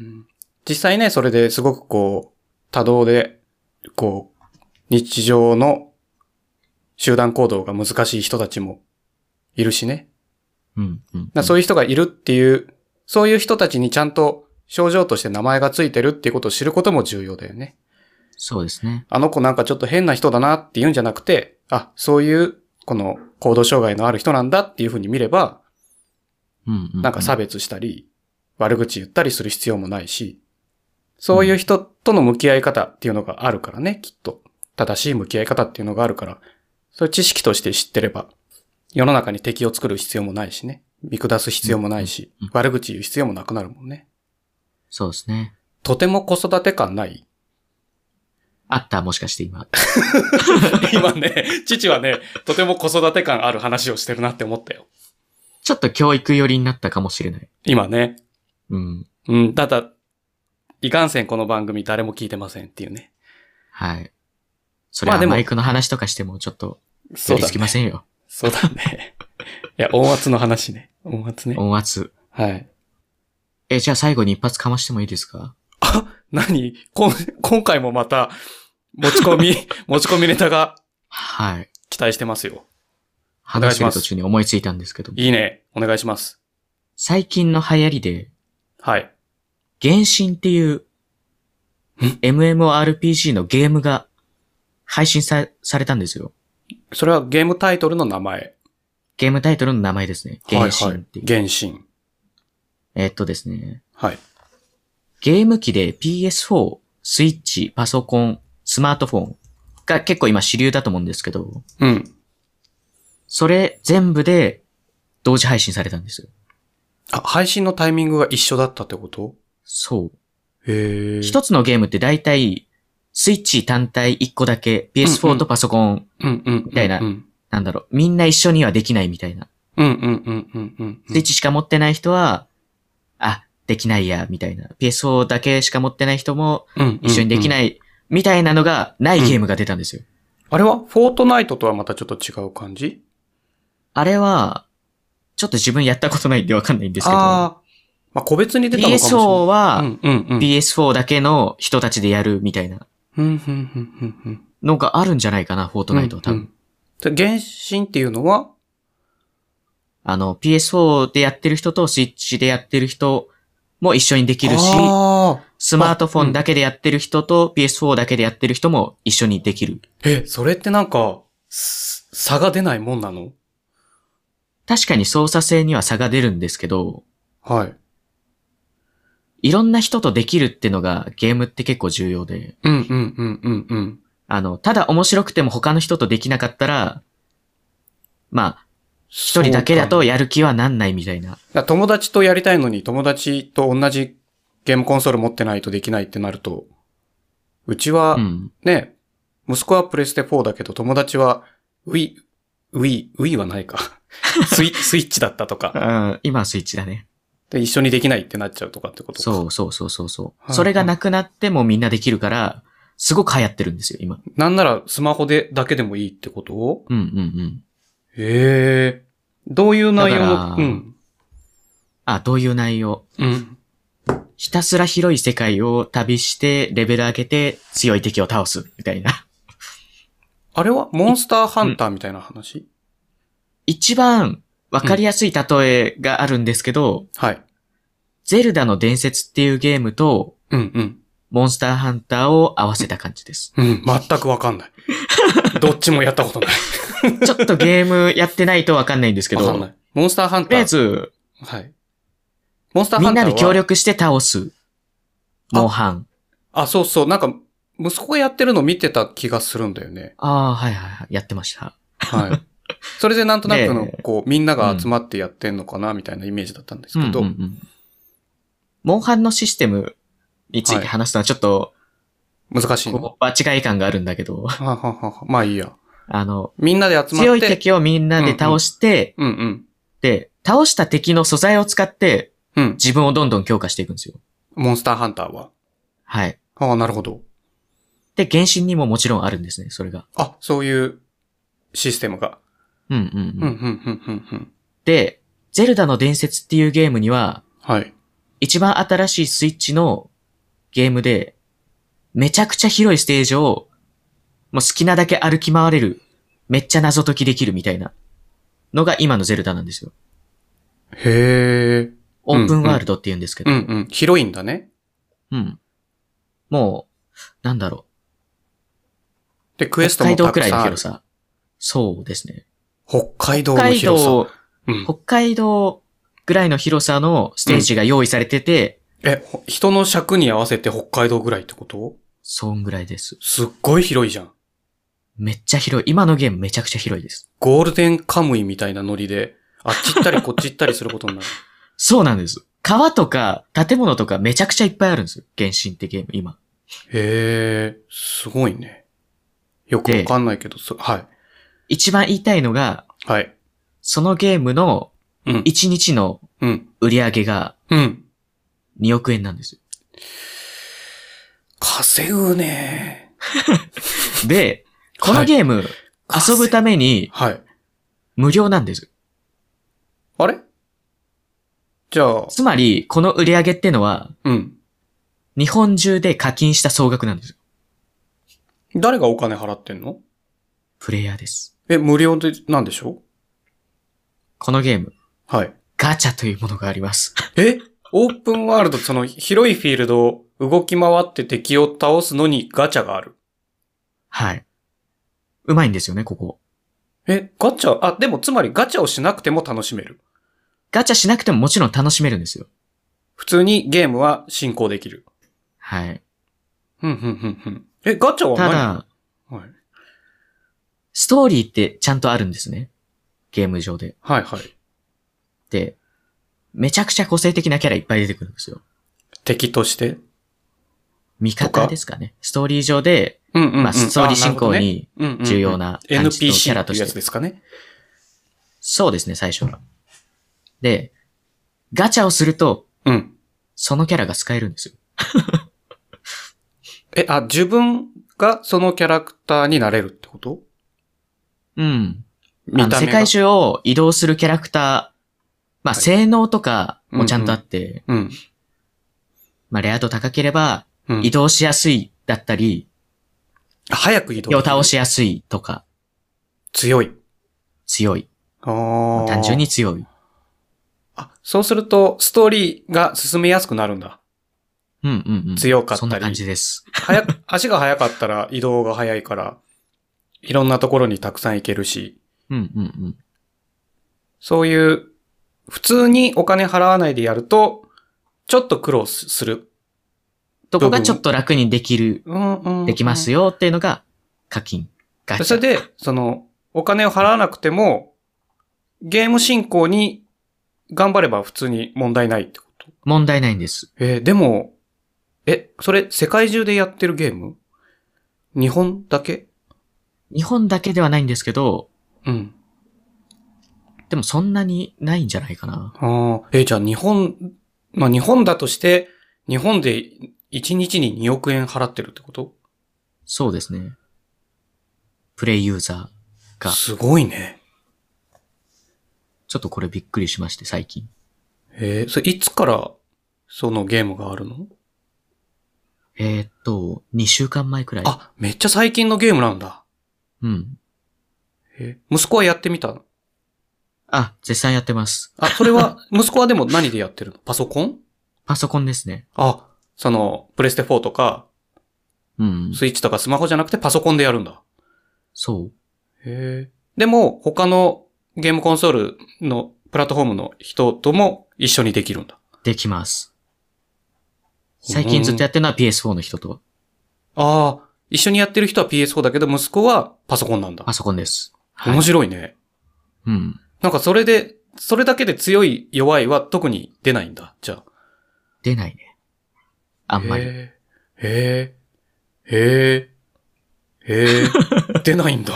Speaker 1: うん実際ね、それですごくこう、多動で、こう、日常の集団行動が難しい人たちもいるしね。
Speaker 2: うんうんう
Speaker 1: だ
Speaker 2: ん。
Speaker 1: そういう人がいるっていう、そういう人たちにちゃんと症状として名前がついてるっていうことを知ることも重要だよね。
Speaker 2: そうですね。
Speaker 1: あの子なんかちょっと変な人だなって言うんじゃなくて、あ、そういう、この行動障害のある人なんだっていうふうに見れば、
Speaker 2: うんうう
Speaker 1: なんか差別したり、悪口言ったりする必要もないし、そういう人との向き合い方っていうのがあるからね、きっと。正しい向き合い方っていうのがあるから、そういう知識として知ってれば、世の中に敵を作る必要もないしね、見下す必要もないし
Speaker 2: うんうん、
Speaker 1: 悪口言う必要もなくなるもんね。
Speaker 2: そうですね。
Speaker 1: とても子育て感ない。 (laughs)
Speaker 2: あった、もしかして今。
Speaker 1: 今ね、父はね、とても子育て感ある話をしてるなって思ったよ。
Speaker 2: ちょっと教育寄りになったかもしれない。
Speaker 1: 今ね。
Speaker 2: うん。
Speaker 1: うん、ただ、いかんせんこの番組誰も聞いてませんっていうね。
Speaker 2: はい。それ
Speaker 1: まあ
Speaker 2: は
Speaker 1: でも
Speaker 2: マイクの話とかしてもちょっと、寄
Speaker 1: そう
Speaker 2: り
Speaker 1: だ
Speaker 2: つきませんよ。
Speaker 1: そうだね。 (laughs) いや、音圧の話ね。音圧ね。
Speaker 2: 音圧。
Speaker 1: はい。
Speaker 2: え、じゃあ最後に一発かましてもいいですか
Speaker 1: 何こん、今回もまた、持ち込み、 (laughs) 持ち込みネタが
Speaker 2: はい。
Speaker 1: 期待してますよ。願い
Speaker 2: 話し
Speaker 1: してま
Speaker 2: る
Speaker 1: す
Speaker 2: 途中に思いついたんですけど、
Speaker 1: いいね。お願いします。
Speaker 2: 最近の流行りで、
Speaker 1: はい。
Speaker 2: 原神っていう、MMORPG のゲームが配信さ、されたんですよ。
Speaker 1: それはゲームタイトルの名前。
Speaker 2: ゲームタイトルの名前ですね。原神っていう。
Speaker 1: はいはい、原神。
Speaker 2: えっとですね。
Speaker 1: はい。
Speaker 2: ゲーム機で PS4、スイッチ、パソコン、スマートフォンが結構今主流だと思うんですけど、
Speaker 1: うん。
Speaker 2: それ全部で同時配信されたんですよ。
Speaker 1: あ、配信のタイミングが一緒だったってこと
Speaker 2: そう。
Speaker 1: へえ。
Speaker 2: 一つのゲームって大体、スイッチ単体1個だけ、PS4 とパソコン
Speaker 1: うんうんうんうん。
Speaker 2: みたいな
Speaker 1: うん
Speaker 2: なんだろう、みんな一緒にはできないみたいな。
Speaker 1: うんうんうんうんうんうん。
Speaker 2: スイッチしか持ってない人は、あ、できないや、みたいな。PS4 だけしか持ってない人も
Speaker 1: うん
Speaker 2: 一緒にでき
Speaker 1: い。
Speaker 2: ない、みたいなのがないゲームが出たんですよ。
Speaker 1: あれはフォートナイトとはまたちょっと違う感じ
Speaker 2: あれは、ちょっと自分やったことないんでわかんないんですけど、
Speaker 1: ああ。まあ、個別に出たのかもしれ
Speaker 2: PS4
Speaker 1: ない。
Speaker 2: は、
Speaker 1: うんうんうん。
Speaker 2: PS4 だけの人たちでやるみたいな
Speaker 1: うんうんうんうんうん。
Speaker 2: のがあるんじゃないかな、フォートナイトは多分。
Speaker 1: うんうんで原神っていうのは、
Speaker 2: あの、PS4 でやってる人とスイッチでやってる人も一緒にできるし、
Speaker 1: あ
Speaker 2: スマートフォンだけでやってる人と PS4 だけでやってる人も一緒にできる。
Speaker 1: ーえ、それってなんか、す差が出ないもんなの
Speaker 2: 確かに操作性には差が出るんですけど、
Speaker 1: はい。
Speaker 2: いろんな人とできるってのがゲームって結構重要で、
Speaker 1: うんうんうんうんうん。
Speaker 2: あの、ただ面白くても他の人とできなかったら、まあ、一
Speaker 1: 一
Speaker 2: 人だけだとやる気はなんないみたいな。
Speaker 1: だから友達とやりたいのに友達と同じゲームコンソール持ってないとできないってなると、うちは
Speaker 2: うん。
Speaker 1: ね、息子はプレステ4だけど友達は Wii、Wii、Wii はないか。 (laughs) スイスイッチだったとか。
Speaker 2: うん今はスイッチだね。
Speaker 1: で、一緒にできないってなっちゃうとかってことか。
Speaker 2: そうそうそうそうそ。
Speaker 1: はいう
Speaker 2: それがなくなってもみんなできるから、すごく流行ってるんですよ、今。
Speaker 1: なんならスマホでだけでもいいってこと
Speaker 2: うんうんうん。
Speaker 1: ええどういう内容
Speaker 2: だ
Speaker 1: の
Speaker 2: から
Speaker 1: うん。
Speaker 2: あ、どういう内容
Speaker 1: うん。
Speaker 2: ひたすら広い世界を旅して、レベル上げて、強い敵を倒す、みたいな。
Speaker 1: あれはモンスターハンターみたいな話、
Speaker 2: 一番わかりやすい例えがあるんですけど、
Speaker 1: はい。
Speaker 2: ゼルダの伝説っていうゲームと、
Speaker 1: うんうん。
Speaker 2: モンスターハンターを合わせた感じです。
Speaker 1: うん、全くわかん (laughs) ない。どっちもやったことない。
Speaker 2: ちょっとゲームやってないとわかんないんですけ
Speaker 1: わ
Speaker 2: ど、
Speaker 1: かんない。モンスターハン
Speaker 2: と
Speaker 1: タ
Speaker 2: りあえ
Speaker 1: ー。
Speaker 2: ず、
Speaker 1: はい。モンスター
Speaker 2: み
Speaker 1: ハン
Speaker 2: ん
Speaker 1: ター
Speaker 2: な
Speaker 1: は
Speaker 2: で協力して倒す。モンハン。
Speaker 1: あ、そうそう。なんか、息子がやってるの見てた気がするんだよね。
Speaker 2: ああ、はいはいはい。やってました。
Speaker 1: (laughs) はい。それでなんとなくの
Speaker 2: ね、
Speaker 1: こう、みんなが集まってやってんのかな、みたいなイメージだったんですけど。
Speaker 2: うんうんうんモンハンのシステムについ
Speaker 1: はい
Speaker 2: て話すのはちょっと、
Speaker 1: 難しいの。
Speaker 2: こう場違い感があるんだけど、 (laughs)
Speaker 1: ははははまあいいや。
Speaker 2: あの、
Speaker 1: みんなで集まって。
Speaker 2: 強い敵をみんなで倒して、
Speaker 1: うんうん。
Speaker 2: で、倒した敵の素材を使って
Speaker 1: うん。
Speaker 2: 自分をどんどん強化していくんですよ。
Speaker 1: モンスターハンターは。
Speaker 2: はい。
Speaker 1: ああ、なるほど。
Speaker 2: で、原神にももちろんあるんですね、それが。
Speaker 1: あ、そういうシステムが。
Speaker 2: うんうん
Speaker 1: う、
Speaker 2: うん。
Speaker 1: うんん、うん、うん、うん。
Speaker 2: で、ゼルダの伝説っていうゲームには、
Speaker 1: はい。
Speaker 2: 一番新しいスイッチのゲームで、めちゃくちゃ広いステージを、もう好きなだけ歩き回れる、めっちゃ謎解きできるみたいなのが今のゼルダなんですよ。
Speaker 1: へえ。
Speaker 2: オープンワールドって言うんですけ
Speaker 1: う
Speaker 2: ど。
Speaker 1: ん、うん。広いんだね。
Speaker 2: うん、もう、なんだろ
Speaker 1: で、ク
Speaker 2: う。
Speaker 1: エストも
Speaker 2: 北海道
Speaker 1: た
Speaker 2: く
Speaker 1: く
Speaker 2: らい
Speaker 1: さ
Speaker 2: の
Speaker 1: んある
Speaker 2: 広。さ。そうですね。
Speaker 1: 北海道
Speaker 2: 北
Speaker 1: の
Speaker 2: 海
Speaker 1: 広さ。
Speaker 2: 道、
Speaker 1: うん
Speaker 2: 北海道ぐらいの広さのステージが用意されてて、
Speaker 1: え、ほ人の尺に合わせて北海道ぐらいってこと
Speaker 2: そんぐらいです。
Speaker 1: すっごい広いじゃん。
Speaker 2: めっちゃ広い。今のゲームめちゃくちゃ広いです。
Speaker 1: ゴールデンカムイみたいなノリで、あっち行った (laughs) りこっち行ったりすることになる。
Speaker 2: そうなんです。川とか建物とかめちゃくちゃいっぱいあるんですよ。原神ってゲーム、今。
Speaker 1: へえ、すごいね。よくわかんないけど、そはい。
Speaker 2: 一番言いたいのが、
Speaker 1: はい。
Speaker 2: そのゲームの
Speaker 1: うん。
Speaker 2: 1日の
Speaker 1: うん。
Speaker 2: 売り上げが
Speaker 1: うん。
Speaker 2: 2億円なんですよ。
Speaker 1: 稼ぐね
Speaker 2: で、このゲーム、遊ぶために
Speaker 1: はい。
Speaker 2: 無料なんです。
Speaker 1: あれじゃあ、
Speaker 2: つまり、この売り上げってのは、
Speaker 1: うん。
Speaker 2: 日本中で課金した総額なんですよ。
Speaker 1: 誰がお金払ってんの
Speaker 2: プレイヤーです。
Speaker 1: え、無料で、なんでしょ
Speaker 2: このゲーム、
Speaker 1: うはい。
Speaker 2: ガチャというものがあります。 (laughs)
Speaker 1: えオープンワールド、その広いフィールドを動き回って敵を倒すのにガチャがある。
Speaker 2: はい。うまいんですよね、ここ。
Speaker 1: え、ガチャ、あ、でもつまりガチャをしなくても楽しめる。
Speaker 2: ガチャしなくてももちろん楽しめるんですよ。
Speaker 1: 普通にゲームは進行できる。
Speaker 2: はい。
Speaker 1: うん、うん、うん、うん。え、ガチャは
Speaker 2: た
Speaker 1: 何
Speaker 2: だ、
Speaker 1: はい、
Speaker 2: ストーリーってちゃんとあるんですね。ゲーム上で。
Speaker 1: はい、はい。
Speaker 2: で、めちゃくちゃ個性的なキャラいっぱい出てくるんですよ。
Speaker 1: 敵として
Speaker 2: 味
Speaker 1: とか
Speaker 2: 方ですかね。ストーリー上で、
Speaker 1: うんうんうん。
Speaker 2: まあ、ストーリー進行に
Speaker 1: あなるほどね
Speaker 2: 重要な
Speaker 1: うんうんうん
Speaker 2: 感じとキャ
Speaker 1: NPC
Speaker 2: ラ
Speaker 1: ってい
Speaker 2: と
Speaker 1: う
Speaker 2: して
Speaker 1: やつですかね。
Speaker 2: そうですね、最初が。で、ガチャをすると、
Speaker 1: うん。
Speaker 2: そのキャラが使えるんですよ。
Speaker 1: え、あ、自分がそのキャラクターになれるってこと
Speaker 2: うん。あ
Speaker 1: 見
Speaker 2: の
Speaker 1: た
Speaker 2: 世
Speaker 1: 目が。
Speaker 2: 界中を移動するキャラクター、
Speaker 1: は
Speaker 2: まあ、
Speaker 1: い
Speaker 2: 性能とかもちゃんとあって、
Speaker 1: うん。
Speaker 2: まあ、レア度高けれ
Speaker 1: う
Speaker 2: ば、
Speaker 1: ん
Speaker 2: 移動しやすいだったり、
Speaker 1: 早く移動。
Speaker 2: 敵を倒。しやすいとか、
Speaker 1: 強い。
Speaker 2: 強い。
Speaker 1: あー
Speaker 2: 単純に。強い。
Speaker 1: あ、そうすると、ストーリーが進めやすくなるんだ。
Speaker 2: うんうんうん。
Speaker 1: 強かったり
Speaker 2: そんな感じです。
Speaker 1: 早く、 (laughs) 足が速かったら移動が速いから、いろんなところにたくさん行けるし、
Speaker 2: うんうんうん。
Speaker 1: そういう、普通にお金払わないでやると、ちょっと苦労すする。
Speaker 2: とこがちょっと楽にできる、
Speaker 1: うんうん、
Speaker 2: できます
Speaker 1: よ。
Speaker 2: よっていうのが、課金。ガチ
Speaker 1: それ
Speaker 2: ャ。
Speaker 1: で、その、お金を払わなくても、ゲーム進行に頑張れば普通に問題ないってこと。
Speaker 2: 問題ないんです。
Speaker 1: えーでも、え、それ世界中でやってるゲーム日本だけ
Speaker 2: 日本だけではないんですけど、
Speaker 1: うん。
Speaker 2: でもそんなにないんじゃないかな。
Speaker 1: ああ、えーじゃあ日本、まあ日本だとして、日本で1日に2億円払ってるってこと
Speaker 2: そうですね。プレイユーザーが、
Speaker 1: すごいね。
Speaker 2: ちょっとこれびっくりしまして、最近。
Speaker 1: えーそれいつからそのゲームがあるの
Speaker 2: えーっと、2週間前くらい。
Speaker 1: あ、めっちゃ最近のゲームなんだ。
Speaker 2: うん。
Speaker 1: えー息子はやってみたの
Speaker 2: あ、絶賛やってます。
Speaker 1: あ、それは、 (laughs) 息子はでも何でやってるのパソコン
Speaker 2: パソコンですね。
Speaker 1: あ、その、プレステ4とか、
Speaker 2: うん。
Speaker 1: スイッチとかスマホじゃなくてパソコンでやるんだ。
Speaker 2: そう。
Speaker 1: へえ。でも、他のゲームコンソールのプラットフォームの人とも一緒にできるんだ。
Speaker 2: できます。最近ずっとやってるのは PS4 の人と
Speaker 1: ああ、一緒にやってる人は PS4 だけど、息子はパソコンなんだ。
Speaker 2: パソコンです。はい
Speaker 1: 面白いね。
Speaker 2: うん。
Speaker 1: なんかそれで、それだけで強い弱いは特に出ないんだ。じゃ
Speaker 2: 出ないね。
Speaker 1: あ。
Speaker 2: あんまり。
Speaker 1: へえ。へえ。へえ。
Speaker 2: (laughs)
Speaker 1: 出ないんだ。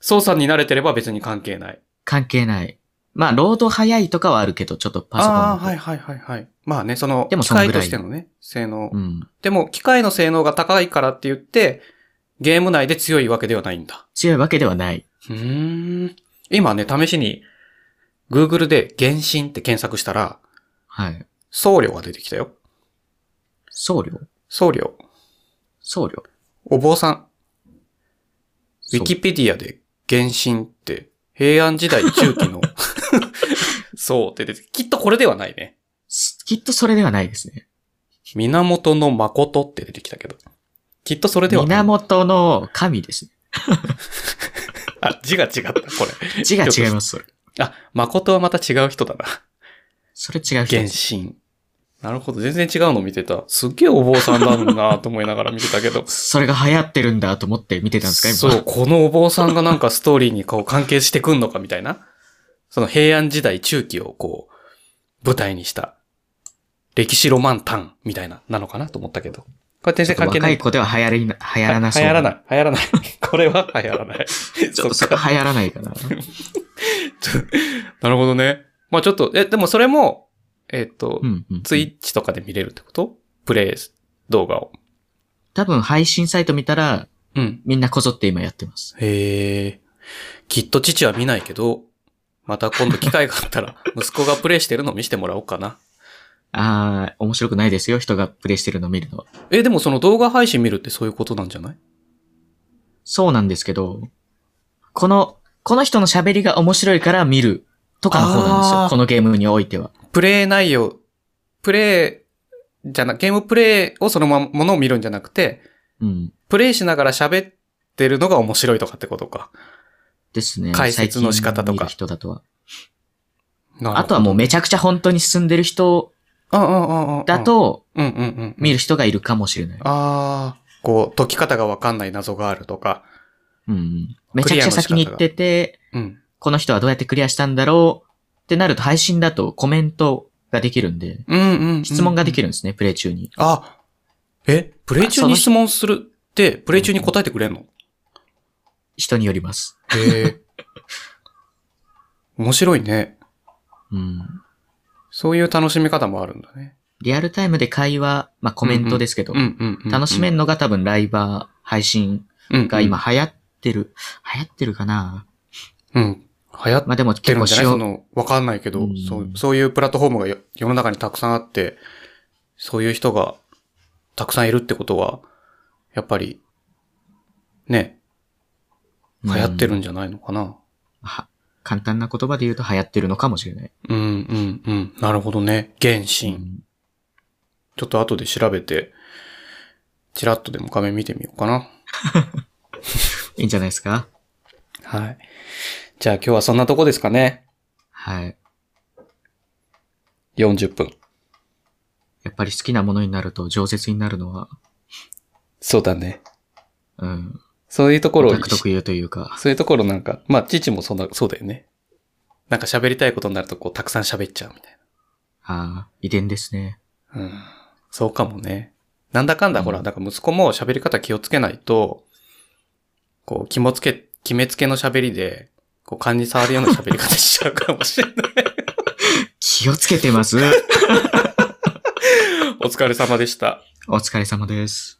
Speaker 1: 操作に慣れてれば別に関係ない。
Speaker 2: 関係ない。まあ、ロード早いとかはあるけど、ちょっとパソコンの
Speaker 1: ああ、はいはいはいはい。まあね、その、
Speaker 2: でも
Speaker 1: 機
Speaker 2: そのぐ
Speaker 1: 械
Speaker 2: らい
Speaker 1: としてのね、性能。
Speaker 2: うん。
Speaker 1: でも、機械の性能が高いからって言って、ゲーム内で強いわけではないんだ。
Speaker 2: 強いわけではない。
Speaker 1: うーん。今ね、試しに、Google で原神って検索したら、
Speaker 2: はい。
Speaker 1: 僧侶が出てきたよ。
Speaker 2: 僧侶
Speaker 1: 僧侶。
Speaker 2: 僧侶
Speaker 1: お坊さん。ウ
Speaker 2: そう
Speaker 1: ィキペディアで原神って、平安時代中期 (laughs) の、そうって出てききっとこれではないね。
Speaker 2: すきっとそれではないですね。
Speaker 1: 源の誠って出てきたけど。きっとそれではない。
Speaker 2: 源の神ですね。
Speaker 1: あ、字が違った、これ。
Speaker 2: 字が違います。
Speaker 1: あ、誠はまた違う人だな。
Speaker 2: それ違う人
Speaker 1: 原
Speaker 2: です。。
Speaker 1: 神。なるほど。全然違うの見てた。すっげえお坊さんだろうなと思いながら見てたけど
Speaker 2: それが流行ってるんだと思って見てたんですか、今。 (laughs)
Speaker 1: そう、このお坊さんがなんかストーリーにこう関係してくんのかみたいな。その平安時代中期をこう、舞台にした、歴史ロマンタンみたいな、なのかなと思ったけど。これ全然関係な
Speaker 2: 若
Speaker 1: い。
Speaker 2: い子では流行りな、流行らなそう。
Speaker 1: 流行らない。流行らない。 (laughs) これは流行らない。
Speaker 2: (laughs) ちょっとそこ
Speaker 1: っか
Speaker 2: 流行らないか
Speaker 1: (laughs)
Speaker 2: な。
Speaker 1: なるほどね。まあちょっと、え、でもそれも、えっ、と、
Speaker 2: うんうん。
Speaker 1: ツイッチとかで見れるってことプレイ動画を。
Speaker 2: 多分配信サイト見たら、
Speaker 1: うん。
Speaker 2: みんなこぞって今やってます。
Speaker 1: へえ。きっと父は見ないけど、また今度機会があ
Speaker 2: (laughs)
Speaker 1: ったら、息子がプレイしてるの見せてもらおうかな。
Speaker 2: あー、面白くないですよ、人がプレイしてるの見るのは。
Speaker 1: え、でもその動画配信見るってそういうことなんじゃない
Speaker 2: そうなんですけど、この、この人の喋りが面白いから見るとかの方なんです
Speaker 1: あー
Speaker 2: よ。このゲームにおいては。
Speaker 1: プレイ内容、プレイ、じゃな、ゲームプレイをそのままものを見るんじゃなくて、
Speaker 2: うん。
Speaker 1: プレイしながら喋ってるのが面白いとかってことか。
Speaker 2: ですね。
Speaker 1: 解説の仕方とか
Speaker 2: 最近見る人だとは。
Speaker 1: なるほ
Speaker 2: あ
Speaker 1: ど
Speaker 2: とはもうめちゃくちゃ本当に進んでる人
Speaker 1: うんうんうんうん。
Speaker 2: だ、と
Speaker 1: うんうんうん。
Speaker 2: 見る人がいるかもしれない。
Speaker 1: ああ、こう、解き方がわかんない謎があるとか。
Speaker 2: うんうん。めちゃくちゃ先に行ってて、
Speaker 1: うん。
Speaker 2: この人はどうやってクリアしたんだろうってなると配信だとコメントができるんで、
Speaker 1: うんうん、うん。
Speaker 2: 質問がで
Speaker 1: る。
Speaker 2: きるんですね、プレイ中に。
Speaker 1: あ、ええ、プレイ中に質問するって、プレイ中に答えてくれんの
Speaker 2: 人によります。
Speaker 1: へえ。 (laughs) 面白いね。
Speaker 2: うん。
Speaker 1: そういう楽しみ方もあるんだね。
Speaker 2: リアルタイムで会話、まあコメントですけど、
Speaker 1: うんうんうん、うん。
Speaker 2: 楽しめんのが多分ライバー配信
Speaker 1: の
Speaker 2: が今流行ってる。流行ってるかな
Speaker 1: うん。うん。流行っ
Speaker 2: まあでも
Speaker 1: て
Speaker 2: 結
Speaker 1: るん
Speaker 2: 構
Speaker 1: じゃな
Speaker 2: 使
Speaker 1: いそ
Speaker 2: 用、
Speaker 1: の、わかんないけど、
Speaker 2: うん
Speaker 1: そう、そういうプラットフォームがよ世の中にたくさんあって、そういう人がたくさんいるってことは、やっぱり、ね、流行って
Speaker 2: うん
Speaker 1: るんじゃないのかな。
Speaker 2: は簡単な言葉で言うと流行ってるのかもしれない。
Speaker 1: うん、うん、うん。なるほどね。原神。ちょっと後で調べて、チラッとでも画面見てみようかな。
Speaker 2: いいんじゃないですか
Speaker 1: はい。じゃあ今日はそんなとこですかね。
Speaker 2: はい。
Speaker 1: 40分。
Speaker 2: やっぱり好きなものになると饒舌になるのは、
Speaker 1: そうだね。
Speaker 2: うん。
Speaker 1: そういうところ
Speaker 2: オ
Speaker 1: を
Speaker 2: タク特有というか、
Speaker 1: そういうところなんか、まあ、父もそんな、そうだよね。なんか喋りたいことになると、こう、たくさん喋っちゃうみたい
Speaker 2: ああ、遺伝ですね。
Speaker 1: な。うん。そうかもね。なんだかんだ、
Speaker 2: うん
Speaker 1: ほら、なんか息子も喋り方気をつけないと、こう、気もつけ、決めつけの喋りで、こう、勘に触るような喋り方しちゃうかもしれない。
Speaker 2: 気を
Speaker 1: (laughs)
Speaker 2: つけてます。
Speaker 1: お疲れ様でした。
Speaker 2: お疲れ様です。